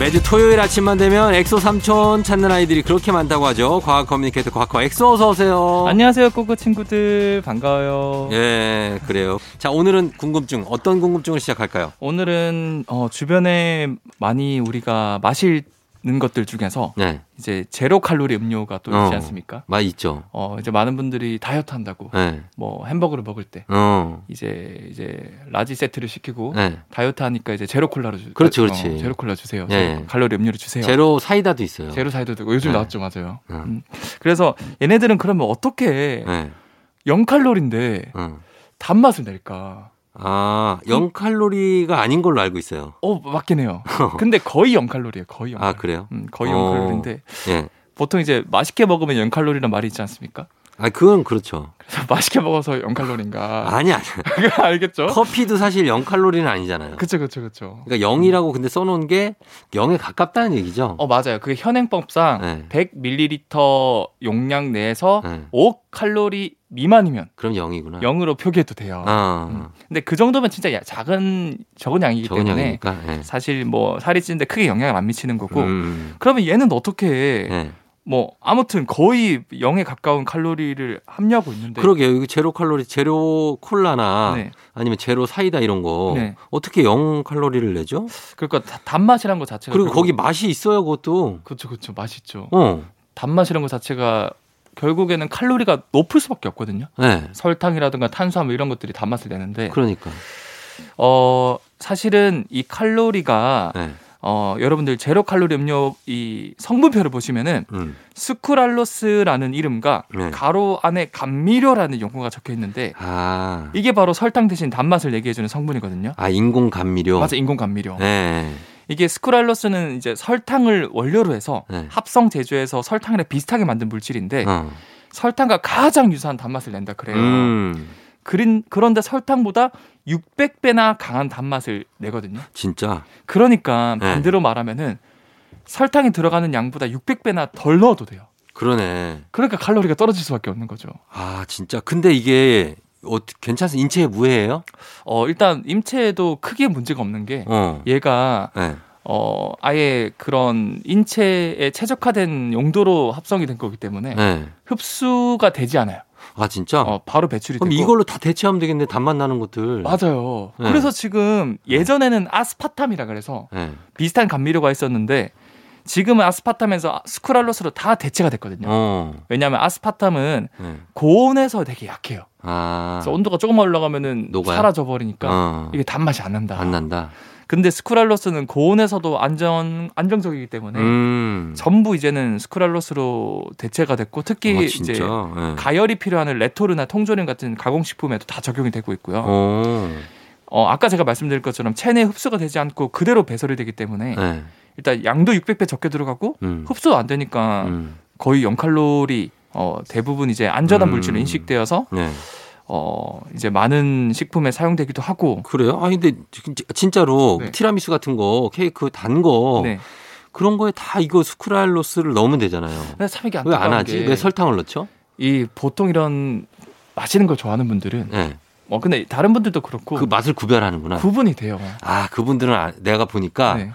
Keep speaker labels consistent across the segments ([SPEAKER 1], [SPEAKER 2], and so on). [SPEAKER 1] 매주 토요일 아침만 되면 엑소 삼촌 찾는 아이들이 그렇게 많다고 하죠. 과학 커뮤니케이터 과학과 엑소 어서 오세요.
[SPEAKER 2] 안녕하세요 꼬꼬 친구들 반가워요
[SPEAKER 1] 예, 그래요. 자, 오늘은 궁금증 어떤 궁금증을 시작할까요?
[SPEAKER 2] 오늘은 어, 주변에 많이 우리가 마시는 것들 중에서
[SPEAKER 1] 네,
[SPEAKER 2] 이제 제로 칼로리 음료가 또 있지
[SPEAKER 1] 어.
[SPEAKER 2] 않습니까?
[SPEAKER 1] 많이 있죠.
[SPEAKER 2] 어 이제 많은 분들이 다이어트 한다고
[SPEAKER 1] 네,
[SPEAKER 2] 뭐 햄버거를 먹을 때
[SPEAKER 1] 어,
[SPEAKER 2] 이제 이제 라지 세트를 시키고
[SPEAKER 1] 네.
[SPEAKER 2] 다이어트 하니까 이제 제로 콜라로 주
[SPEAKER 1] 그렇지,
[SPEAKER 2] 어,
[SPEAKER 1] 그렇지.
[SPEAKER 2] 제로 콜라 주세요.
[SPEAKER 1] 예.
[SPEAKER 2] 제로 칼로리 음료를 주세요.
[SPEAKER 1] 제로 사이다도 있어요.
[SPEAKER 2] 네. 제로 사이도 되고 요즘
[SPEAKER 1] 네.
[SPEAKER 2] 나왔죠, 맞아요.
[SPEAKER 1] 네.
[SPEAKER 2] 음. 그래서 얘네들은 그러면 어떻게
[SPEAKER 1] 네,
[SPEAKER 2] 0 칼로리인데
[SPEAKER 1] 어.
[SPEAKER 2] 단맛을 낼까?
[SPEAKER 1] 아, 0 칼로리가 아닌 걸로 알고 있어요.
[SPEAKER 2] 어 맞긴 해요. 근데 거의 0 칼로리예요. 거의 0.
[SPEAKER 1] 아, 그래요?
[SPEAKER 2] 음, 거의
[SPEAKER 1] 어.
[SPEAKER 2] 0 칼로리인데
[SPEAKER 1] 예.
[SPEAKER 2] 보통 이제 맛있게 먹으면 0 칼로리란 말이 있지 않습니까?
[SPEAKER 1] 아, 그건 그렇죠.
[SPEAKER 2] 그래서 맛있게 먹어서 0 칼로리인가?
[SPEAKER 1] 아니, 아니.
[SPEAKER 2] 알겠죠?
[SPEAKER 1] 커피도 사실 0 칼로리는 아니잖아요.
[SPEAKER 2] 어? 그쵸그쵸그쵸
[SPEAKER 1] 그러니까 0이라고 근데 써놓은 게 0에 가깝다는 얘기죠.
[SPEAKER 2] 어 맞아요. 그게 현행법상
[SPEAKER 1] 네.
[SPEAKER 2] 100ml 용량 내에서
[SPEAKER 1] 네.
[SPEAKER 2] 5 칼로리 미만이면
[SPEAKER 1] 그럼 0이구나.
[SPEAKER 2] 0으로 표기해도 돼요.
[SPEAKER 1] 아,
[SPEAKER 2] 음. 근데 그 정도면 진짜 야- 작은 적은 양이기
[SPEAKER 1] 적은
[SPEAKER 2] 때문에
[SPEAKER 1] 양이니까. 예.
[SPEAKER 2] 사실 뭐 살이 찌는데 크게 영향을 안 미치는 거고
[SPEAKER 1] 음,
[SPEAKER 2] 그러면 얘는 어떻게
[SPEAKER 1] 예.
[SPEAKER 2] 뭐 아무튼 거의 0에 가까운 칼로리를 함유하고 있는데
[SPEAKER 1] 그러게요. 이거 제로 칼로리, 제로 콜라나
[SPEAKER 2] 네.
[SPEAKER 1] 아니면 제로 사이다 이런 거
[SPEAKER 2] 네.
[SPEAKER 1] 어떻게 0 칼로리를 내죠?
[SPEAKER 2] 그러니까 다- 단맛이란 거 자체가
[SPEAKER 1] 그리고 거기 맛이 있어요, 그것도.
[SPEAKER 2] 그렇죠 그렇죠 맛있죠
[SPEAKER 1] 어,
[SPEAKER 2] 단맛이란 거 자체가 결국에는 칼로리가 높을 수밖에 없거든요
[SPEAKER 1] 네.
[SPEAKER 2] 설탕이라든가 탄수화물 이런 것들이 단맛을 내는데
[SPEAKER 1] 그러니까.
[SPEAKER 2] 어 사실은 이 칼로리가
[SPEAKER 1] 네.
[SPEAKER 2] 어 여러분들 제로 칼로리 음료 이 성분표를 보시면은
[SPEAKER 1] 음.
[SPEAKER 2] 스쿠랄로스라는 이름과
[SPEAKER 1] 네.
[SPEAKER 2] 가로 안에 감미료라는 용어가 적혀 있는데
[SPEAKER 1] 아,
[SPEAKER 2] 이게 바로 설탕 대신 단맛을 얘기해주는 성분이거든요.
[SPEAKER 1] 아 인공 감미료.
[SPEAKER 2] 맞아 인공 감미료.
[SPEAKER 1] 네.
[SPEAKER 2] 이게 스크랄로스는 이제 설탕을 원료로 해서
[SPEAKER 1] 네.
[SPEAKER 2] 합성 제조해서 설탕이랑 비슷하게 만든 물질인데
[SPEAKER 1] 어.
[SPEAKER 2] 설탕과 가장 유사한 단맛을 낸다 네. 그래요.
[SPEAKER 1] 음,
[SPEAKER 2] 그린, 그런데 설탕보다 600배나 강한 단맛을 내거든요.
[SPEAKER 1] 진짜.
[SPEAKER 2] 그러니까
[SPEAKER 1] 네.
[SPEAKER 2] 반대로 말하면은 설탕이 들어가는 양보다 600배나 덜 넣어도 돼요.
[SPEAKER 1] 그러네.
[SPEAKER 2] 그러니까 칼로리가 떨어질 수밖에 없는 거죠.
[SPEAKER 1] 아, 진짜. 근데 이게 어떻게 괜찮습니까? 인체에 무해예요?
[SPEAKER 2] 어 일단 임체에도 크게 문제가 없는 게
[SPEAKER 1] 어.
[SPEAKER 2] 얘가
[SPEAKER 1] 네.
[SPEAKER 2] 어 아예 그런 인체에 최적화된 용도로 합성이 된 거기 때문에
[SPEAKER 1] 네.
[SPEAKER 2] 흡수가 되지 않아요.
[SPEAKER 1] 아, 진짜?
[SPEAKER 2] 어 바로 배출이
[SPEAKER 1] 그럼
[SPEAKER 2] 되고
[SPEAKER 1] 이걸로 다 대체하면 되겠네. 단맛 나는 것들.
[SPEAKER 2] 맞아요.
[SPEAKER 1] 네.
[SPEAKER 2] 그래서 지금 예전에는 아스파탐이라 그래서
[SPEAKER 1] 네.
[SPEAKER 2] 비슷한 감미료가 있었는데 지금은 아스파탐에서 스크랄로스로 다 대체가 됐거든요.
[SPEAKER 1] 어.
[SPEAKER 2] 왜냐하면 아스파탐은
[SPEAKER 1] 네.
[SPEAKER 2] 고온에서 되게 약해요.
[SPEAKER 1] 아.
[SPEAKER 2] 그래서 온도가 조금만 올라가면은
[SPEAKER 1] 녹아요?
[SPEAKER 2] 사라져 버리니까
[SPEAKER 1] 어.
[SPEAKER 2] 이게 단맛이 안 난다.
[SPEAKER 1] 안 난다.
[SPEAKER 2] 근데 스크랄로스는 고온에서도 안전 안정적이기 때문에
[SPEAKER 1] 음.
[SPEAKER 2] 전부 이제는 스크랄로스로 대체가 됐고 특히
[SPEAKER 1] 아, 진짜.
[SPEAKER 2] 이제
[SPEAKER 1] 네.
[SPEAKER 2] 가열이 필요한 레토르나 통조림 같은 가공식품에도 다 적용이 되고 있고요. 어.
[SPEAKER 1] 어.
[SPEAKER 2] 아까 제가 말씀드린 것처럼 체내 흡수가 되지 않고 그대로 배설이 되기 때문에
[SPEAKER 1] 네.
[SPEAKER 2] 일단 양도 600배 적게 들어가고
[SPEAKER 1] 음.
[SPEAKER 2] 흡수도 안 되니까
[SPEAKER 1] 음.
[SPEAKER 2] 거의 0칼로리 어, 대부분 이제 안전한
[SPEAKER 1] 음.
[SPEAKER 2] 물질로 인식되어서
[SPEAKER 1] 네.
[SPEAKER 2] 어, 이제 많은 식품에 사용되기도 하고
[SPEAKER 1] 그래요? 아 근데 진- 진짜로
[SPEAKER 2] 네.
[SPEAKER 1] 티라미수 같은 거, 케이크 단 거,
[SPEAKER 2] 네.
[SPEAKER 1] 그런 거에 다 이거 스크랄로스를 넣으면 되잖아요.
[SPEAKER 2] 근데 참 이게
[SPEAKER 1] 왜 안
[SPEAKER 2] 네. 안타까운
[SPEAKER 1] 하지?
[SPEAKER 2] 게
[SPEAKER 1] 왜 설탕을 넣죠?
[SPEAKER 2] 이 보통 이런 마시는 걸 좋아하는 분들은
[SPEAKER 1] 네.
[SPEAKER 2] 뭐 근데 다른 분들도 그렇고
[SPEAKER 1] 그 맛을 구별하는구나.
[SPEAKER 2] 구분이 돼요.
[SPEAKER 1] 아, 그분들은 아- 예. 내가 보니까
[SPEAKER 2] 네.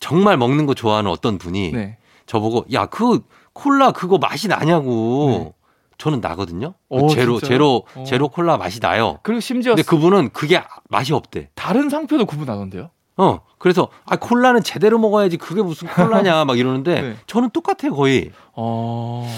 [SPEAKER 1] 정말 먹는 거 좋아하는 어떤 분이
[SPEAKER 2] 네.
[SPEAKER 1] 저보고 야, 그 콜라 그거 맛이 나냐고. 저는 나거든요.
[SPEAKER 2] 오,
[SPEAKER 1] 제로
[SPEAKER 2] 진짜요?
[SPEAKER 1] 제로
[SPEAKER 2] 오.
[SPEAKER 1] 제로 콜라 맛이 나요.
[SPEAKER 2] 그리고 심지어
[SPEAKER 1] 근데 어, 그분은 그게 맛이 없대.
[SPEAKER 2] 다른 상표도 구분하던데요.
[SPEAKER 1] 어. 그래서 아 콜라는 제대로 먹어야지 그게 무슨 콜라냐 막 이러는데
[SPEAKER 2] 네.
[SPEAKER 1] 저는 똑같아요, 거의.
[SPEAKER 2] 어.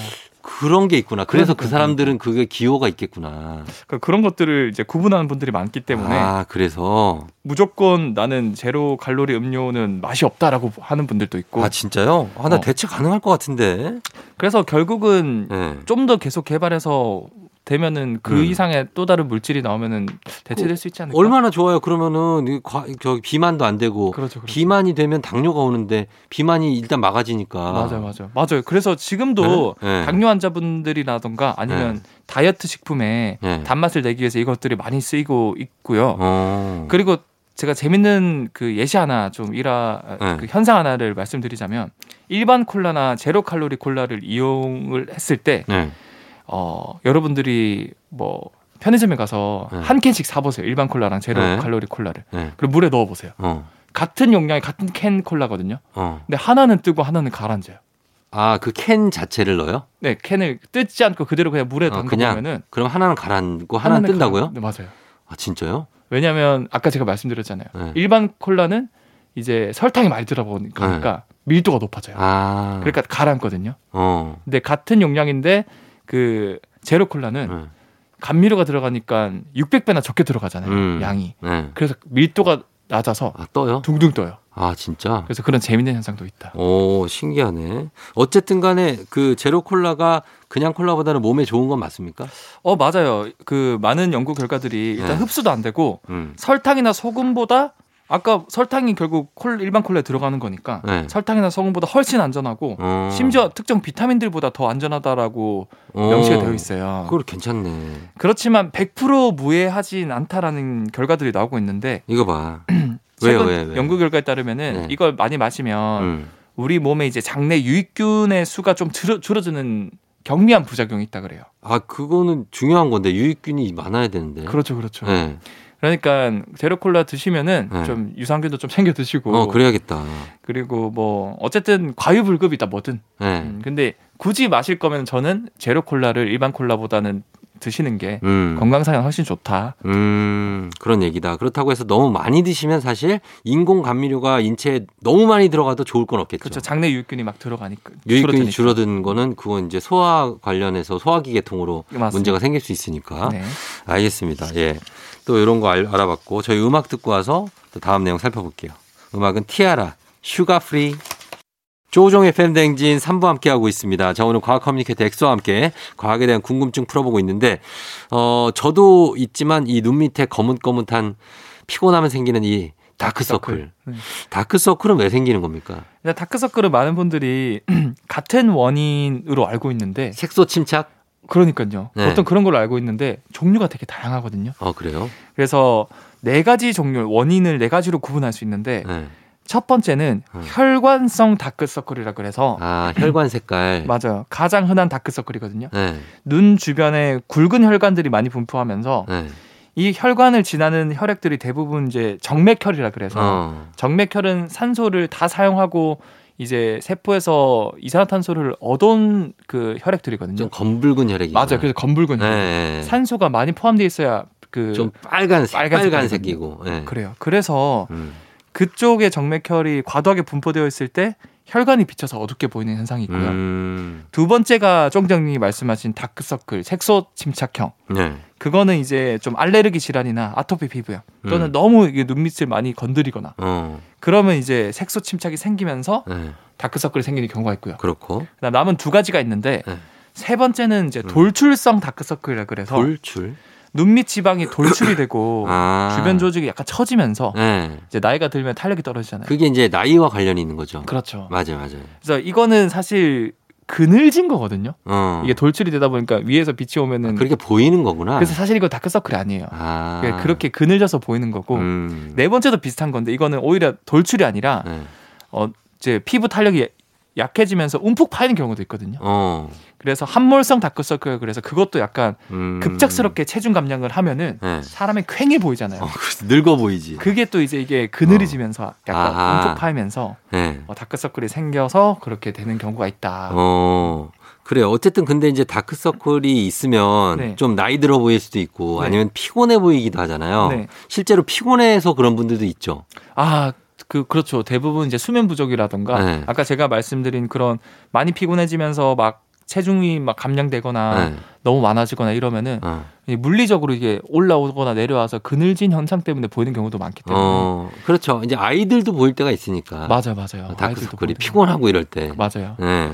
[SPEAKER 1] 그런 게 있구나. 그래서 그
[SPEAKER 2] 그러니까요.
[SPEAKER 1] 사람들은 그게 기호가 있겠구나.
[SPEAKER 2] 그러니까 그런 것들을 이제 구분하는 분들이 많기 때문에
[SPEAKER 1] 아, 그래서
[SPEAKER 2] 무조건 나는 제로 칼로리 음료는 맛이 없다라고 하는 분들도 있고.
[SPEAKER 1] 아 진짜요? 아, 나
[SPEAKER 2] 어.
[SPEAKER 1] 대체 가능할 것 같은데.
[SPEAKER 2] 그래서 결국은
[SPEAKER 1] 네.
[SPEAKER 2] 좀 더 계속 개발해서 되면은 그
[SPEAKER 1] 음. 그
[SPEAKER 2] 이상의 또 다른 물질이 나오면은 대체될 수 있지 않을까?
[SPEAKER 1] 얼마나 좋아요. 그러면은 이 과, 저 비만도 안 되고
[SPEAKER 2] 그러니까. 그렇죠. 그렇죠.
[SPEAKER 1] 비만이 되면 당뇨가 오는데 비만이 일단 막아지니까.
[SPEAKER 2] 맞아요, 맞아요, 맞아요. 그래서 지금도
[SPEAKER 1] 네. 네.
[SPEAKER 2] 당뇨 환자분들이라던가 아니면 다이어트 식품에
[SPEAKER 1] 네.
[SPEAKER 2] 단맛을 내기 위해서 이것들이 많이 쓰이고 있고요.
[SPEAKER 1] 어.
[SPEAKER 2] 그리고 제가 재밌는 그 예시 하나 좀 일화
[SPEAKER 1] 네.
[SPEAKER 2] 그 현상 하나를 말씀드리자면 일반 콜라나 제로 칼로리 콜라를 이용을 했을 때
[SPEAKER 1] 네.
[SPEAKER 2] 어, 여러분들이 뭐 편의점에 가서
[SPEAKER 1] 네.
[SPEAKER 2] 한 캔씩 사보세요. 일반 콜라랑 제로
[SPEAKER 1] 네.
[SPEAKER 2] 칼로리 콜라를.
[SPEAKER 1] 네.
[SPEAKER 2] 그리고 물에 넣어보세요.
[SPEAKER 1] 어.
[SPEAKER 2] 같은 용량의 같은 캔 콜라거든요.
[SPEAKER 1] 어.
[SPEAKER 2] 근데 하나는 뜨고 하나는 가라앉아요.
[SPEAKER 1] 아, 그 캔 자체를 넣어요?
[SPEAKER 2] 네, 캔을 뜯지 않고 그대로 그냥 물에
[SPEAKER 1] 어, 그냥
[SPEAKER 2] 담그면은
[SPEAKER 1] 그럼 하나는 가라앉고 하나는 뜬다고요?
[SPEAKER 2] 네, 맞아요.
[SPEAKER 1] 아, 진짜요?
[SPEAKER 2] 왜냐하면 아까 제가 말씀드렸잖아요.
[SPEAKER 1] 네.
[SPEAKER 2] 일반 콜라는 이제 설탕이 많이 들어가니까
[SPEAKER 1] 네.
[SPEAKER 2] 밀도가 높아져요.
[SPEAKER 1] 아.
[SPEAKER 2] 그러니까 가라앉거든요.
[SPEAKER 1] 어.
[SPEAKER 2] 근데 같은 용량인데 그 제로 콜라는
[SPEAKER 1] 네.
[SPEAKER 2] 감미료가 들어가니까 600배나 적게 들어가잖아요.
[SPEAKER 1] 음.
[SPEAKER 2] 양이.
[SPEAKER 1] 네.
[SPEAKER 2] 그래서 밀도가 낮아서
[SPEAKER 1] 아, 떠요?
[SPEAKER 2] 둥둥 떠요.
[SPEAKER 1] 아, 진짜?
[SPEAKER 2] 그래서 그런 재밌는 현상도 있다.
[SPEAKER 1] 오, 신기하네. 어쨌든 간에 그 제로 콜라가 그냥 콜라보다는 몸에 좋은 건 맞습니까?
[SPEAKER 2] 어 맞아요. 그 많은 연구 결과들이 일단
[SPEAKER 1] 네.
[SPEAKER 2] 흡수도 안 되고
[SPEAKER 1] 음.
[SPEAKER 2] 설탕이나 소금보다 아까 설탕이 결국 콜 일반 콜라에 들어가는 거니까
[SPEAKER 1] 네.
[SPEAKER 2] 설탕이나 소금보다 훨씬 안전하고
[SPEAKER 1] 어.
[SPEAKER 2] 심지어 특정 비타민들보다 더 안전하다라고
[SPEAKER 1] 어.
[SPEAKER 2] 명시가 되어 있어요.
[SPEAKER 1] 그걸 괜찮네.
[SPEAKER 2] 그렇지만 100% 무해하진 않다라는 결과들이 나오고 있는데
[SPEAKER 1] 이거 봐. 왜요,
[SPEAKER 2] 최근
[SPEAKER 1] 왜, 왜?
[SPEAKER 2] 연구 결과에 따르면은
[SPEAKER 1] 네.
[SPEAKER 2] 이걸 많이 마시면
[SPEAKER 1] 음.
[SPEAKER 2] 우리 몸에 이제 장내 유익균의 수가 좀 줄어, 줄어드는 경미한 부작용이 있다 그래요.
[SPEAKER 1] 아, 그거는 중요한 건데 유익균이 많아야 되는데.
[SPEAKER 2] 그렇죠, 그렇죠.
[SPEAKER 1] 네.
[SPEAKER 2] 그러니까 제로 콜라 드시면은
[SPEAKER 1] 네.
[SPEAKER 2] 좀 유산균도 좀 챙겨 드시고
[SPEAKER 1] 어, 그래야겠다.
[SPEAKER 2] 리고뭐 어쨌든 과유불급이다 뭐든.
[SPEAKER 1] 네.
[SPEAKER 2] 음, 근데 굳이 마실 거면 저는 제로 콜라를 일반 콜라보다는 드시는 게
[SPEAKER 1] 음.
[SPEAKER 2] 건강상에 훨씬 좋다.
[SPEAKER 1] 음, 그런 얘기다. 그렇다고 해서 너무 많이 드시면 사실 인공 감미료가 인체에 너무 많이 들어가도 좋을 건 없겠죠.
[SPEAKER 2] 그렇죠. 장내 유익균이 막 들어가니까
[SPEAKER 1] 유익균이
[SPEAKER 2] 줄어드니까.
[SPEAKER 1] 줄어든 거는 그건 이제 소화 관련해서 소화기 계통으로
[SPEAKER 2] 맞습니다.
[SPEAKER 1] 문제가 생길 수 있으니까.
[SPEAKER 2] 네.
[SPEAKER 1] 알겠습니다. 예. 또 이런 거 알, 알아봤고 저희 음악 듣고 와서 또 다음 내용 살펴볼게요. 음악은 티아라 슈가 프리 조종의 팬댕진 3부 함께하고 있습니다. 자, 오늘 과학 커뮤니케이터 엑소와 함께 과학에 대한 궁금증 풀어보고 있는데, 어, 저도 있지만 이 눈 밑에 거뭇거뭇한 피곤하면 생기는 이 다크서클.
[SPEAKER 2] 네.
[SPEAKER 1] 다크서클은 왜 생기는 겁니까?
[SPEAKER 2] 일단 다크서클은 많은 분들이 같은 원인으로 알고 있는데
[SPEAKER 1] 색소 침착?
[SPEAKER 2] 그러니까요.
[SPEAKER 1] 네.
[SPEAKER 2] 어떤 그런 걸로 알고 있는데 종류가 되게 다양하거든요.
[SPEAKER 1] 어, 그래요?
[SPEAKER 2] 그래서 네 가지 종류 원인을 네 가지로 구분할 수 있는데
[SPEAKER 1] 네.
[SPEAKER 2] 첫 번째는
[SPEAKER 1] 음.
[SPEAKER 2] 혈관성 다크서클이라 그래서
[SPEAKER 1] 아, 혈관 색깔.
[SPEAKER 2] 맞아요. 가장 흔한 다크서클이거든요.
[SPEAKER 1] 네.
[SPEAKER 2] 눈 주변에 굵은 혈관들이 많이 분포하면서
[SPEAKER 1] 네.
[SPEAKER 2] 이 혈관을 지나는 혈액들이 대부분 이제 정맥혈이라 그래서
[SPEAKER 1] 어.
[SPEAKER 2] 정맥혈은 산소를 다 사용하고 이제 세포에서 이산화탄소를 얻은 그 혈액들이거든요.
[SPEAKER 1] 좀 검붉은 혈액이.
[SPEAKER 2] 맞아요. 그래서 검붉은 혈액.
[SPEAKER 1] 네.
[SPEAKER 2] 산소가 많이 포함되어 있어야 그
[SPEAKER 1] 좀 빨간색,
[SPEAKER 2] 빨간색
[SPEAKER 1] 빨간색이고. 예.
[SPEAKER 2] 그래요. 그래서
[SPEAKER 1] 음.
[SPEAKER 2] 그쪽에 정맥혈이 과도하게 분포되어 있을 때 혈관이 비쳐서 어둡게 보이는 현상이 있고요.
[SPEAKER 1] 음.
[SPEAKER 2] 두 번째가 총장님이 말씀하신 다크서클, 색소 침착형.
[SPEAKER 1] 네.
[SPEAKER 2] 그거는 이제 좀 알레르기 질환이나 아토피 피부염 또는
[SPEAKER 1] 음.
[SPEAKER 2] 너무 이게 눈밑을 많이 건드리거나
[SPEAKER 1] 어.
[SPEAKER 2] 그러면 이제 색소 침착이 생기면서
[SPEAKER 1] 네.
[SPEAKER 2] 다크서클이 생기는 경우가 있고요.
[SPEAKER 1] 그렇고.
[SPEAKER 2] 그다음 남은 두 가지가 있는데
[SPEAKER 1] 네.
[SPEAKER 2] 세 번째는 이제
[SPEAKER 1] 음.
[SPEAKER 2] 돌출성 다크서클이라 그래서
[SPEAKER 1] 돌출.
[SPEAKER 2] 눈밑 지방이 돌출이 되고
[SPEAKER 1] 아.
[SPEAKER 2] 뭐 주변 조직이 약간 처지면서
[SPEAKER 1] 네.
[SPEAKER 2] 이제 나이가 들면 탄력이 떨어지잖아요.
[SPEAKER 1] 그게 이제 나이와 관련이 있는 거죠.
[SPEAKER 2] 그렇죠.
[SPEAKER 1] 맞아요, 맞아요.
[SPEAKER 2] 그래서 이거는 사실 그늘진 거거든요.
[SPEAKER 1] 어. 아,
[SPEAKER 2] 이게 돌출이 되다 보니까 위에서 빛이 오면은
[SPEAKER 1] 그렇게 보이는 거구나.
[SPEAKER 2] 그래서 사실 이거 다크서클이 아니에요.
[SPEAKER 1] 아.
[SPEAKER 2] 그러니까 그렇게 그늘져서 보이는 거고
[SPEAKER 1] 음.
[SPEAKER 2] 네 번째도 비슷한 건데 이거는 오히려 돌출이 아니라
[SPEAKER 1] 네.
[SPEAKER 2] 어 이제 피부 탄력이 약해지면서 움푹 파이는 경우도 있거든요.
[SPEAKER 1] 어.
[SPEAKER 2] 그래서 함몰성 다크서클 그래서 그것도 약간
[SPEAKER 1] 음.
[SPEAKER 2] 급작스럽게 체중 감량을 하면은
[SPEAKER 1] 네.
[SPEAKER 2] 사람이 퀭해 보이잖아요.
[SPEAKER 1] 어, 그래서 늙어 보이지.
[SPEAKER 2] 그게 또 이제 이게 그늘이 지면서 약간
[SPEAKER 1] 아하.
[SPEAKER 2] 움푹 파이면서
[SPEAKER 1] 네.
[SPEAKER 2] 어, 다크서클이 생겨서 그렇게 되는 경우가 있다.
[SPEAKER 1] 어. 그래요. 어쨌든 근데 이제 다크서클이 있으면
[SPEAKER 2] 네.
[SPEAKER 1] 좀 나이 들어 보일 수도 있고
[SPEAKER 2] 네.
[SPEAKER 1] 아니면 피곤해 보이기도 하잖아요.
[SPEAKER 2] 네.
[SPEAKER 1] 실제로 피곤해서 그런 분들도 있죠.
[SPEAKER 2] 아, 그 그렇죠. 대부분 이제 수면 부족이라던가
[SPEAKER 1] 네.
[SPEAKER 2] 아까 제가 말씀드린 그런 많이 피곤해지면서 막 체중이 막 감량되거나
[SPEAKER 1] 네.
[SPEAKER 2] 너무 많아지거나 이러면은
[SPEAKER 1] 어.
[SPEAKER 2] 이 물리적으로 이게 올라오거나 내려와서 그늘진 현상 때문에 보이는 경우도 많기 때문에
[SPEAKER 1] 어, 그렇죠. 이제 아이들도 보일 때가 있으니까.
[SPEAKER 2] 네. 맞아 맞아요. 아이들도
[SPEAKER 1] 다크서클이
[SPEAKER 2] 보이는
[SPEAKER 1] 피곤하고 이럴 때.
[SPEAKER 2] 경우. 맞아요.
[SPEAKER 1] 네.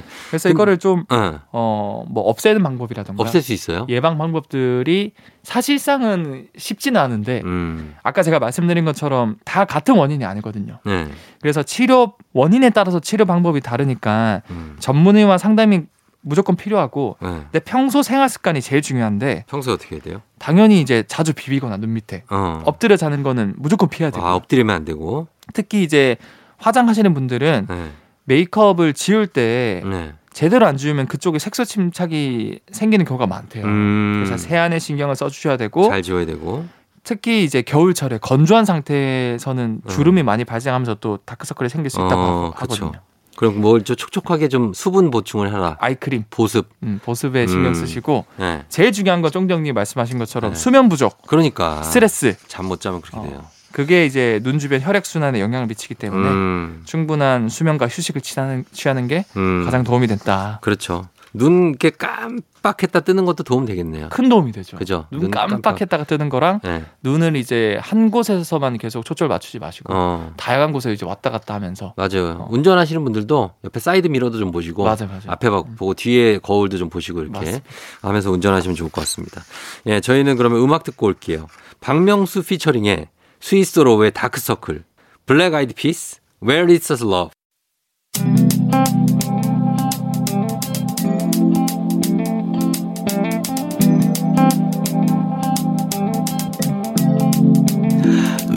[SPEAKER 1] 근데-
[SPEAKER 2] 그래서 이거를 좀
[SPEAKER 1] 어,
[SPEAKER 2] 어, 뭐 없애는 방법이라던가
[SPEAKER 1] 없앨 수 있어요?
[SPEAKER 2] 예방 방법들이 사실상은 쉽지는 않은데
[SPEAKER 1] 음.
[SPEAKER 2] 아까 제가 말씀드린 것처럼 다 같은 원인이 아니거든요.
[SPEAKER 1] 네.
[SPEAKER 2] 그래서 치료 원인에 따라서 치료 방법이 다르니까
[SPEAKER 1] 음.
[SPEAKER 2] 전문의와 상담이 무조건 필요하고
[SPEAKER 1] 네.
[SPEAKER 2] 내 평소 생활 습관이 제일 중요한데
[SPEAKER 1] 평소에 어떻게 해야 돼요?
[SPEAKER 2] 당연히 이제 자주 비비거나 눈 밑에
[SPEAKER 1] 어.
[SPEAKER 2] 엎드려 자는 거는 무조건 피해야 되고
[SPEAKER 1] 아, 엎드리면 안 되고.
[SPEAKER 2] 특히 이제 화장하시는 분들은
[SPEAKER 1] 네.
[SPEAKER 2] 메이크업을 지울 때
[SPEAKER 1] 네.
[SPEAKER 2] 제대로 안 지우면 그쪽에 색소 침착이 생기는 경우가 많대요.
[SPEAKER 1] 음.
[SPEAKER 2] 그래서 세안에 신경을 써주셔야 되고
[SPEAKER 1] 잘 지워야 되고.
[SPEAKER 2] 특히 이제 겨울철에 건조한 상태에서는 주름이 많이 발생하면서 또 다크서클이 생길 수 있다고
[SPEAKER 1] 음. 어,
[SPEAKER 2] 하- 하거든요.
[SPEAKER 1] 그럼 뭘좀 촉촉하게 좀 수분 보충을 하라.
[SPEAKER 2] 아이크림,
[SPEAKER 1] 보습.
[SPEAKER 2] 음, 보습에 신경
[SPEAKER 1] 음.
[SPEAKER 2] 쓰시고
[SPEAKER 1] 네.
[SPEAKER 2] 제일 중요한 건 쫑정님 말씀하신 것처럼
[SPEAKER 1] 네.
[SPEAKER 2] 수면 부족,
[SPEAKER 1] 그러니까
[SPEAKER 2] 스트레스
[SPEAKER 1] 잠 못 자면 그렇게
[SPEAKER 2] 어,
[SPEAKER 1] 돼요.
[SPEAKER 2] 그게 이제 눈 주변 혈액 순환에 영향을 미치기 때문에
[SPEAKER 1] 음.
[SPEAKER 2] 충분한 수면과 휴식을 취하는, 취하는 게
[SPEAKER 1] 음.
[SPEAKER 2] 가장 도움이 된다.
[SPEAKER 1] 그렇죠. 눈 이렇게 깜빡했다 뜨는 것도 도움 되겠네요.
[SPEAKER 2] 큰 도움이 되죠.
[SPEAKER 1] 그죠?
[SPEAKER 2] 눈 깜빡했다가 뜨는 거랑
[SPEAKER 1] 깜빡. 네.
[SPEAKER 2] 눈을 이제 한 곳에서만 계속 초점을 맞추지 마시고
[SPEAKER 1] 어.
[SPEAKER 2] 다양한 곳에 이제 왔다 갔다 하면서
[SPEAKER 1] 맞아요.
[SPEAKER 2] 어.
[SPEAKER 1] 운전하시는 분들도 옆에 사이드 미러도 좀 보시고
[SPEAKER 2] 맞아요, 맞아요.
[SPEAKER 1] 앞에 봐- 보고 뒤에 거울도 좀 보시고 이렇게
[SPEAKER 2] 맞습니다.
[SPEAKER 1] 하면서 운전하시면 좋을 것 같습니다. 예, 저희는 그러면 음악 듣고 올게요. 박명수 피처링의 스위스로우의 다크서클, 블랙 아이드 피스, Where Is Us Love.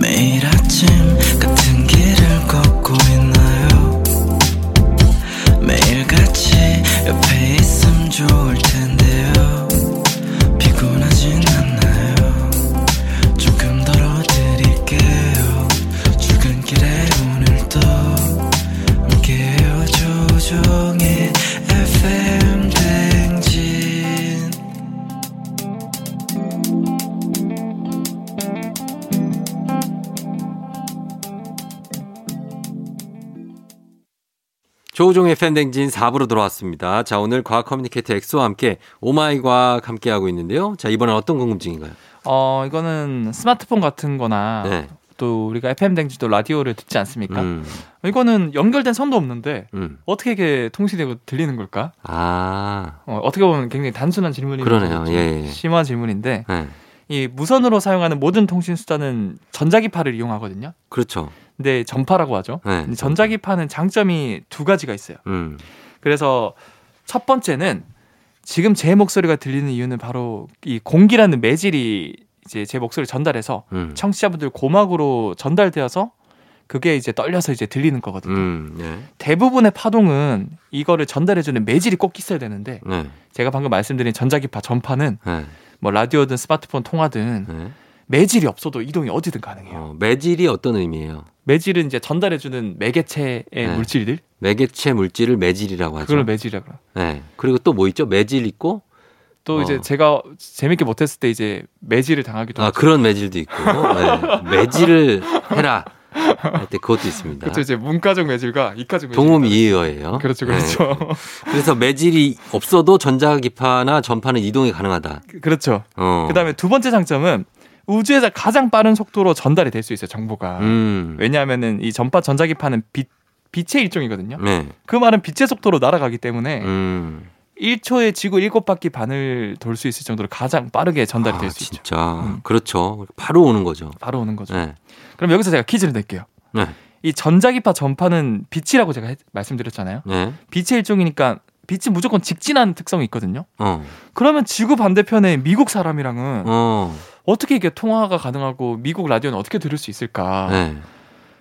[SPEAKER 3] 매일 아침 같은 길을 걷고 있나요 매일 같이 옆에 있음 좋을 텐데요 피곤하진 않나요 조금 덜어드릴게요 출근길에 오늘도 함께해요 조종의 FM 댕진
[SPEAKER 1] 조우종의 팬댕진 4부로 돌아왔습니다. 자, 오늘 과학 커뮤니케이터 엑소와 함께 오마이 과학 함께하고 있는데요. 자, 이번엔 어떤 궁금증인가요?
[SPEAKER 2] 어 이거는 스마트폰 같은 거나
[SPEAKER 1] 네.
[SPEAKER 2] 또 우리가 FM 댕지도 라디오를 듣지 않습니까?
[SPEAKER 1] 음,
[SPEAKER 2] 이거는 연결된 선도 없는데
[SPEAKER 1] 음.
[SPEAKER 2] 어떻게 이게 통신되고 들리는 걸까?
[SPEAKER 1] 아,
[SPEAKER 2] 어, 어떻게 보면 굉장히 단순한 질문이
[SPEAKER 1] 그러네요. 예, 예.
[SPEAKER 2] 심한 질문인데
[SPEAKER 1] 네.
[SPEAKER 2] 이 무선으로 사용하는 모든 통신 수단은 전자기파를 이용하거든요.
[SPEAKER 1] 그렇죠.
[SPEAKER 2] 근데 전파라고 하죠.
[SPEAKER 1] 네.
[SPEAKER 2] 근데 전자기파는 장점이 두 가지가 있어요.
[SPEAKER 1] 음.
[SPEAKER 2] 그래서 첫 번째는 지금 제 목소리가 들리는 이유는 바로 이 공기라는 매질이 이제 제 목소리를 전달해서
[SPEAKER 1] 음.
[SPEAKER 2] 청취자분들 고막으로 전달되어서 그게 이제 떨려서 이제 들리는 거거든요.
[SPEAKER 1] 음. 네.
[SPEAKER 2] 대부분의 파동은 이거를 전달해주는 매질이 꼭 있어야 되는데
[SPEAKER 1] 네.
[SPEAKER 2] 제가 방금 말씀드린 전자기파 전파는
[SPEAKER 1] 네.
[SPEAKER 2] 뭐 라디오든 스마트폰 통화든
[SPEAKER 1] 네.
[SPEAKER 2] 매질이 없어도 이동이 어디든 가능해요.
[SPEAKER 1] 어, 매질이 어떤 의미예요?
[SPEAKER 2] 매질은 이제 전달해주는 매개체의
[SPEAKER 1] 네.
[SPEAKER 2] 물질들
[SPEAKER 1] 매개체 물질을 매질이라고 하죠.
[SPEAKER 2] 그걸 매질이라고 해요.
[SPEAKER 1] 네. 그리고 또 뭐 있죠? 매질 있고
[SPEAKER 2] 또
[SPEAKER 1] 어.
[SPEAKER 2] 이제 제가 재밌게 못했을 때 이제 매질을 당하기도
[SPEAKER 1] 아
[SPEAKER 2] 하고
[SPEAKER 1] 그런 매질도 있고 네. 매질을 해라 할 때 그것도 있습니다.
[SPEAKER 2] 그렇죠 이제 문과적 매질과 이과적 매질
[SPEAKER 1] 동음 이의어예요. 네.
[SPEAKER 2] 그렇죠 그렇죠
[SPEAKER 1] 그래서 매질이 없어도 전자기파나 전파는 이동이 가능하다.
[SPEAKER 2] 그렇죠
[SPEAKER 1] 어.
[SPEAKER 2] 그다음에 두 번째 장점은 우주에서 가장 빠른 속도로 전달이 될 수 있어요 정보가
[SPEAKER 1] 음.
[SPEAKER 2] 왜냐하면은 이 전파 전자기파는 빛 빛의 일종이거든요
[SPEAKER 1] 네.
[SPEAKER 2] 그 말은 빛의 속도로 날아가기 때문에
[SPEAKER 1] 음.
[SPEAKER 2] 1초에 지구 7바퀴 반을 돌 수 있을 정도로 가장 빠르게 전달이
[SPEAKER 1] 아,
[SPEAKER 2] 될 수 있죠
[SPEAKER 1] 진짜
[SPEAKER 2] 음. 그렇죠.
[SPEAKER 1] 그렇죠. 바로 오는 거죠.
[SPEAKER 2] 바로 오는 거죠
[SPEAKER 1] 네.
[SPEAKER 2] 그럼 여기서 제가 퀴즈를 낼게요
[SPEAKER 1] 네.
[SPEAKER 2] 이 전자기파 전파는 빛이라고 제가 했- 말씀드렸잖아요
[SPEAKER 1] 네.
[SPEAKER 2] 빛의 일종이니까 빛이 무조건 직진하는 특성이 있거든요
[SPEAKER 1] 어.
[SPEAKER 2] 그러면 지구 반대편의 미국 사람이랑은
[SPEAKER 1] 어.
[SPEAKER 2] 어떻게 이게 통화가 가능하고 미국 라디오는 어떻게 들을 수 있을까?
[SPEAKER 1] 네.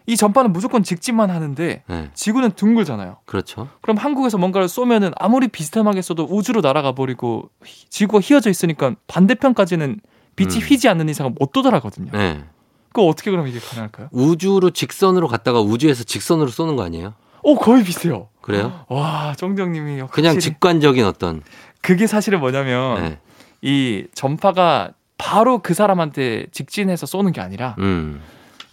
[SPEAKER 2] 이 전파는 무조건 직진만 하는데
[SPEAKER 1] 네.
[SPEAKER 2] 지구는 둥글잖아요.
[SPEAKER 1] 그렇죠.
[SPEAKER 2] 그럼 한국에서 뭔가를 쏘면은 아무리 비스듬하게 쏘도 우주로 날아가 버리고 휘- 지구가 휘어져 있으니까 반대편까지는 빛이
[SPEAKER 1] 음.
[SPEAKER 2] 휘지 않는 이상은 못 도달하거든요.
[SPEAKER 1] 네.
[SPEAKER 2] 그거 어떻게 그럼 이게 가능할까요?
[SPEAKER 1] 우주로 직선으로 갔다가 우주에서 직선으로 쏘는 거 아니에요?
[SPEAKER 2] 오 거의 비슷해요.
[SPEAKER 1] 그래요?
[SPEAKER 2] 와 정정님이 아, 확실히 어.
[SPEAKER 1] 그냥 직관적인 어떤
[SPEAKER 2] 그게 사실은 뭐냐면
[SPEAKER 1] 네.
[SPEAKER 2] 이 전파가 바로 그 사람한테 직진해서 쏘는 게 아니라
[SPEAKER 1] 음.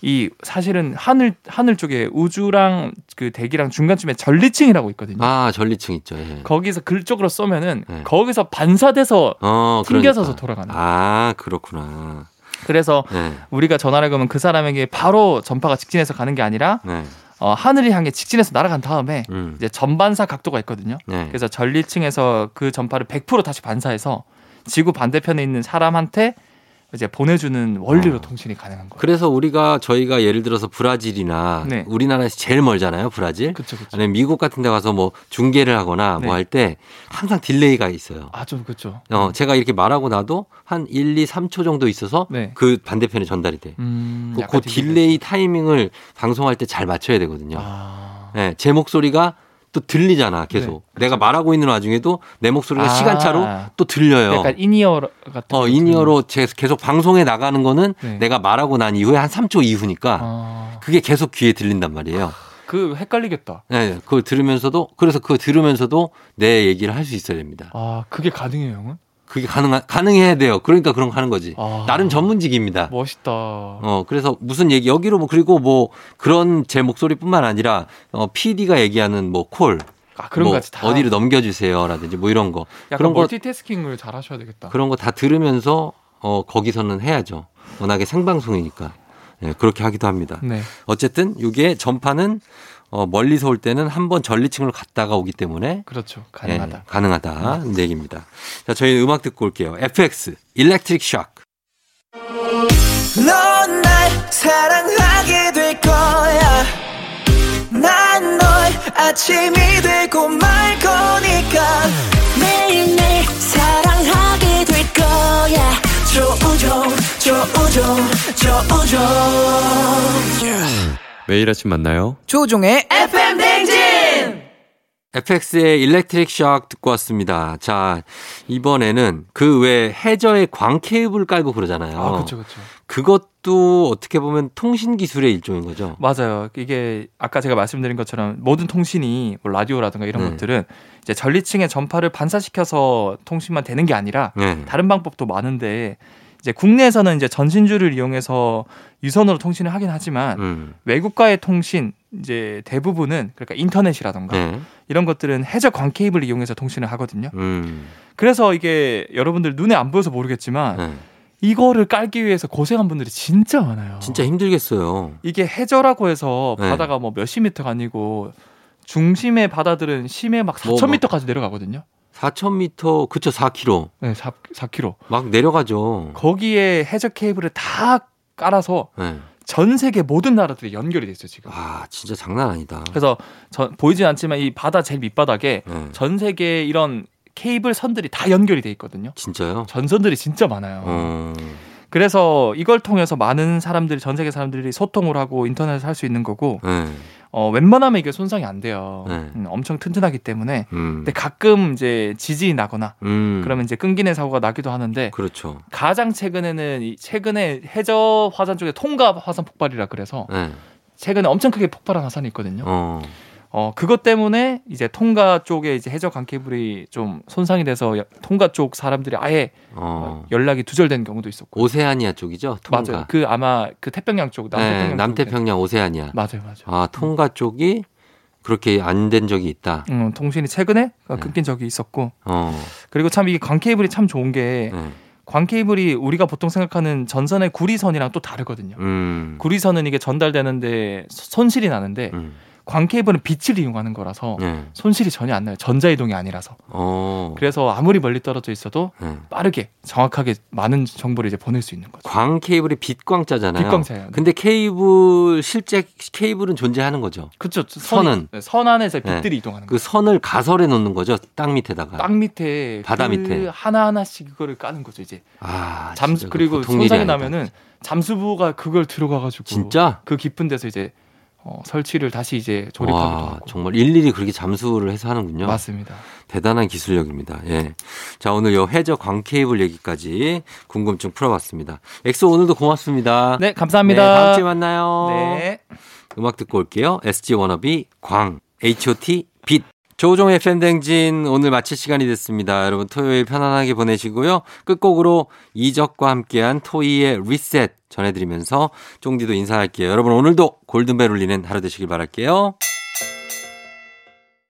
[SPEAKER 2] 이 사실은 하늘 하늘 쪽에 우주랑 그 대기랑 중간쯤에 전리층이라고 있거든요.
[SPEAKER 1] 아, 전리층 있죠. 예.
[SPEAKER 2] 거기서 그쪽으로 쏘면은
[SPEAKER 1] 네.
[SPEAKER 2] 거기서 반사돼서
[SPEAKER 1] 어,
[SPEAKER 2] 튕겨서서
[SPEAKER 1] 그러니까.
[SPEAKER 2] 돌아가는.
[SPEAKER 1] 아, 그렇구나.
[SPEAKER 2] 그래서
[SPEAKER 1] 네.
[SPEAKER 2] 우리가 전화를 걸면 그 사람에게 바로 전파가 직진해서 가는 게 아니라
[SPEAKER 1] 네.
[SPEAKER 2] 어, 하늘을 향해 직진해서 날아간 다음에
[SPEAKER 1] 음.
[SPEAKER 2] 이제 전반사 각도가 있거든요.
[SPEAKER 1] 네.
[SPEAKER 2] 그래서 전리층에서 그 전파를 100% 다시 반사해서 지구 반대편에 있는 사람한테 이제 보내주는 원리로
[SPEAKER 1] 어.
[SPEAKER 2] 통신이 가능한 거예요.
[SPEAKER 1] 그래서 우리가 저희가 예를 들어서 브라질이나
[SPEAKER 2] 네.
[SPEAKER 1] 우리나라에서 제일 멀잖아요, 브라질.
[SPEAKER 2] 그렇죠, 그렇죠.
[SPEAKER 1] 아니면 미국 같은 데 가서 뭐 중계를 하거나
[SPEAKER 2] 네.
[SPEAKER 1] 뭐 할 때 항상 딜레이가 있어요.
[SPEAKER 2] 아, 좀 그렇죠.
[SPEAKER 1] 어, 제가 이렇게 말하고 나도 한 1, 2, 3초 정도 있어서
[SPEAKER 2] 네.
[SPEAKER 1] 그 반대편에 전달이 돼.
[SPEAKER 2] 음,
[SPEAKER 1] 그,
[SPEAKER 2] 약간
[SPEAKER 1] 그 딜레이 타이밍을 방송할 때 잘 맞춰야 되거든요.
[SPEAKER 2] 아,
[SPEAKER 1] 네, 제 목소리가 또 들리잖아, 계속. 내가 말하고 있는 와중에도 내 목소리가
[SPEAKER 2] 네, 그렇죠. 아.
[SPEAKER 1] 시간차로 또 들려요.
[SPEAKER 2] 약간 인이어 같은.
[SPEAKER 1] 어,
[SPEAKER 2] 거
[SPEAKER 1] 인이어로 제- 계속 방송에 나가는 거는
[SPEAKER 2] 네.
[SPEAKER 1] 내가 말하고 난 이후에 한 3초 이후니까
[SPEAKER 2] 들으면. 아,
[SPEAKER 1] 그게 계속 귀에 들린단 말이에요.
[SPEAKER 2] 그 헷갈리겠다.
[SPEAKER 1] 네, 그걸 들으면서도 그래서 그거 들으면서도 내 얘기를 할 수 있어야 됩니다.
[SPEAKER 2] 아, 그게 가능해요, 형은?
[SPEAKER 1] 그게 가능한 가능해야 돼요. 그러니까 그런 거 하는 거지.
[SPEAKER 2] 아.
[SPEAKER 1] 나름 전문직입니다.
[SPEAKER 2] 멋있다.
[SPEAKER 1] 어, 그래서 무슨 얘기, 여기로 뭐, 그리고 뭐, 그런 제 목소리뿐만 아니라, 어, PD가 얘기하는 뭐, 콜.
[SPEAKER 2] 아, 그런
[SPEAKER 1] 뭐
[SPEAKER 2] 거 같이 다.
[SPEAKER 1] 어디로 넘겨주세요. 라든지 뭐 이런 거.
[SPEAKER 2] 약간
[SPEAKER 1] 그런 거,
[SPEAKER 2] 멀티태스킹을 잘 하셔야 되겠다.
[SPEAKER 1] 그런 거 다 들으면서, 어, 거기서는 해야죠. 워낙에 생방송이니까. 예, 그렇게 하기도 합니다.
[SPEAKER 2] 네.
[SPEAKER 1] 어쨌든, 이게 전파는, 어, 멀리서 올 때는 한번 전리층으로 갔다가 오기 때문에,
[SPEAKER 2] 그렇죠. 가능하다.
[SPEAKER 1] 예, 가능하다. 는 얘기입니다. 자, 저희는 음악 듣고 올게요. FX, Electric Shock.
[SPEAKER 3] 넌 날 사랑하게 될 거야. 난 널 아침이 되고 말 거니까.
[SPEAKER 4] 매일매일 사랑하게 될 거야
[SPEAKER 3] 조우종, 조우종, 조우종.
[SPEAKER 5] 매일 아침 만나요.
[SPEAKER 6] 조종의 FM 댕진
[SPEAKER 1] FX의 일렉트릭 샥 듣고 왔습니다. 자, 이번에는 그 왜 해저에 광 케이블 깔고 그러잖아요.
[SPEAKER 2] 아, 그렇죠, 그렇죠.
[SPEAKER 1] 것도 어떻게 보면 통신 기술의 일종인 거죠.
[SPEAKER 2] 맞아요. 이게 아까 제가 말씀드린 것처럼 모든 통신이 뭐 라디오라든가 이런
[SPEAKER 1] 네.
[SPEAKER 2] 것들은 이제 전리층의 전파를 반사시켜서 통신만 되는 게 아니라
[SPEAKER 1] 네.
[SPEAKER 2] 다른 방법도 많은데 이제 국내에서는 이제 전신주를 이용해서 유선으로 통신을 하긴 하지만
[SPEAKER 1] 음.
[SPEAKER 2] 외국과의 통신 이제 대부분은 그러니까 인터넷이라든가
[SPEAKER 1] 네.
[SPEAKER 2] 이런 것들은 해저 광 케이블을 이용해서 통신을 하거든요.
[SPEAKER 1] 음.
[SPEAKER 2] 그래서 이게 여러분들 눈에 안 보여서 모르겠지만
[SPEAKER 1] 네.
[SPEAKER 2] 이거를 깔기 위해서 고생한 분들이 진짜 많아요.
[SPEAKER 1] 진짜 힘들겠어요.
[SPEAKER 2] 이게 해저라고 해서
[SPEAKER 1] 네.
[SPEAKER 2] 바다가 뭐 몇십 미터가 아니고 중심의 바다들은 심해 막
[SPEAKER 1] 뭐,
[SPEAKER 2] 4천 미터까지 내려가거든요.
[SPEAKER 1] 4,000m, 그쵸, 4km.
[SPEAKER 2] 네, 4, 4km.
[SPEAKER 1] 막 내려가죠.
[SPEAKER 2] 거기에 해저 케이블을 다 깔아서
[SPEAKER 1] 네.
[SPEAKER 2] 전 세계 모든 나라들이 연결이 돼 있어요, 지금.
[SPEAKER 1] 와, 진짜 장난 아니다.
[SPEAKER 2] 그래서 전 보이진 않지만 이 바다 제일 밑바닥에
[SPEAKER 1] 네.
[SPEAKER 2] 전 세계 이런 케이블 선들이 다 연결이 돼 있거든요.
[SPEAKER 1] 진짜요?
[SPEAKER 2] 전선들이 진짜 많아요.
[SPEAKER 1] 어.
[SPEAKER 2] 그래서 이걸 통해서 많은 사람들이 전 세계 사람들이 소통을 하고 인터넷을 할 수 있는 거고
[SPEAKER 1] 네.
[SPEAKER 2] 어, 웬만하면 이게 손상이 안 돼요.
[SPEAKER 1] 네.
[SPEAKER 2] 음, 엄청 튼튼하기 때문에
[SPEAKER 1] 음.
[SPEAKER 2] 근데 가끔 이제 지진이 나거나
[SPEAKER 1] 음.
[SPEAKER 2] 그러면 이제 끈기는 사고가 나기도 하는데
[SPEAKER 1] 그렇죠.
[SPEAKER 2] 가장 최근에는 이 최근에 해저 화산 쪽에 통가 화산 폭발이라 그래서
[SPEAKER 1] 네.
[SPEAKER 2] 최근에 엄청 크게 폭발한 화산이 있거든요.
[SPEAKER 1] 어.
[SPEAKER 2] 어 그것 때문에 이제 통가 쪽에 이제 해저 강케이블이 좀 손상이 돼서 여- 통가 쪽 사람들이 아예
[SPEAKER 1] 어.
[SPEAKER 2] 연락이 두절된 경우도 있었고
[SPEAKER 1] 오세아니아 쪽이죠? 통가.
[SPEAKER 2] 맞아요. 그 아마 그 태평양 쪽 남태평양
[SPEAKER 1] 네,
[SPEAKER 2] 쪽에.
[SPEAKER 1] 남태평양 오세아니아.
[SPEAKER 2] 맞아요, 맞아요.
[SPEAKER 1] 아, 통가 쪽이 그렇게 안 된 적이 있다.
[SPEAKER 2] 음, 통신이 최근에
[SPEAKER 1] 네.
[SPEAKER 2] 끊긴 적이 있었고
[SPEAKER 1] 어.
[SPEAKER 2] 그리고 참 이게 광케이블이 참 좋은 게
[SPEAKER 1] 네.
[SPEAKER 2] 광케이블이 우리가 보통 생각하는 전선의 구리선이랑 또 다르거든요.
[SPEAKER 1] 음.
[SPEAKER 2] 구리선은 이게 전달되는데 소- 손실이 나는데
[SPEAKER 1] 음.
[SPEAKER 2] 광케이블은 빛을 이용하는 거라서
[SPEAKER 1] 네.
[SPEAKER 2] 손실이 전혀 안 나요. 전자이동이 아니라서.
[SPEAKER 1] 어.
[SPEAKER 2] 그래서 아무리 멀리 떨어져 있어도
[SPEAKER 1] 네.
[SPEAKER 2] 빠르게 정확하게 많은 정보를 이제 보낼 수 있는 거죠.
[SPEAKER 1] 광 케이블이 빛광자잖아요.
[SPEAKER 2] 빛광자예요.
[SPEAKER 1] 근데 케이블 실제 케이블은 존재하는 거죠.
[SPEAKER 2] 그렇죠.
[SPEAKER 1] 선은.
[SPEAKER 2] 선 안에서 빛들이
[SPEAKER 1] 네.
[SPEAKER 2] 이동하는
[SPEAKER 1] 그
[SPEAKER 2] 거예요.
[SPEAKER 1] 선을 가설해 놓는 거죠. 땅 밑에다가.
[SPEAKER 2] 땅 밑에
[SPEAKER 1] 아, 바다
[SPEAKER 2] 그
[SPEAKER 1] 밑에.
[SPEAKER 2] 하나하나씩 그거를 까는 거죠, 이제.
[SPEAKER 1] 아,
[SPEAKER 2] 잠
[SPEAKER 1] 진짜
[SPEAKER 2] 그리고
[SPEAKER 1] 보통 일이
[SPEAKER 2] 손상이
[SPEAKER 1] 아니다.
[SPEAKER 2] 나면은 잠수부가 그걸 들어가 가지고
[SPEAKER 1] 진짜
[SPEAKER 2] 그 깊은 데서 이제 어, 설치를 다시 이제 조립하기도
[SPEAKER 1] 와,
[SPEAKER 2] 하고.
[SPEAKER 1] 정말 일일이 그렇게 잠수를 해서 하는군요.
[SPEAKER 2] 맞습니다.
[SPEAKER 1] 대단한 기술력입니다. 예. 자, 오늘 요 해저 광 케이블 얘기까지 궁금증 풀어봤습니다. 엑소 오늘도 고맙습니다.
[SPEAKER 2] 네,
[SPEAKER 1] 네,
[SPEAKER 2] 감사합니다.
[SPEAKER 1] 다음 주에 만나요.
[SPEAKER 2] 네.
[SPEAKER 1] 음악 듣고 올게요. SG 워너비 광 H.O.T. 빛 조종의 팬댕진 오늘 마칠 시간이 됐습니다. 여러분 토요일 편안하게 보내시고요. 끝곡으로 이적과 함께한 토이의 리셋 전해드리면서 쫑디도 인사할게요. 여러분 오늘도 골든벨 울리는 하루 되시길 바랄게요.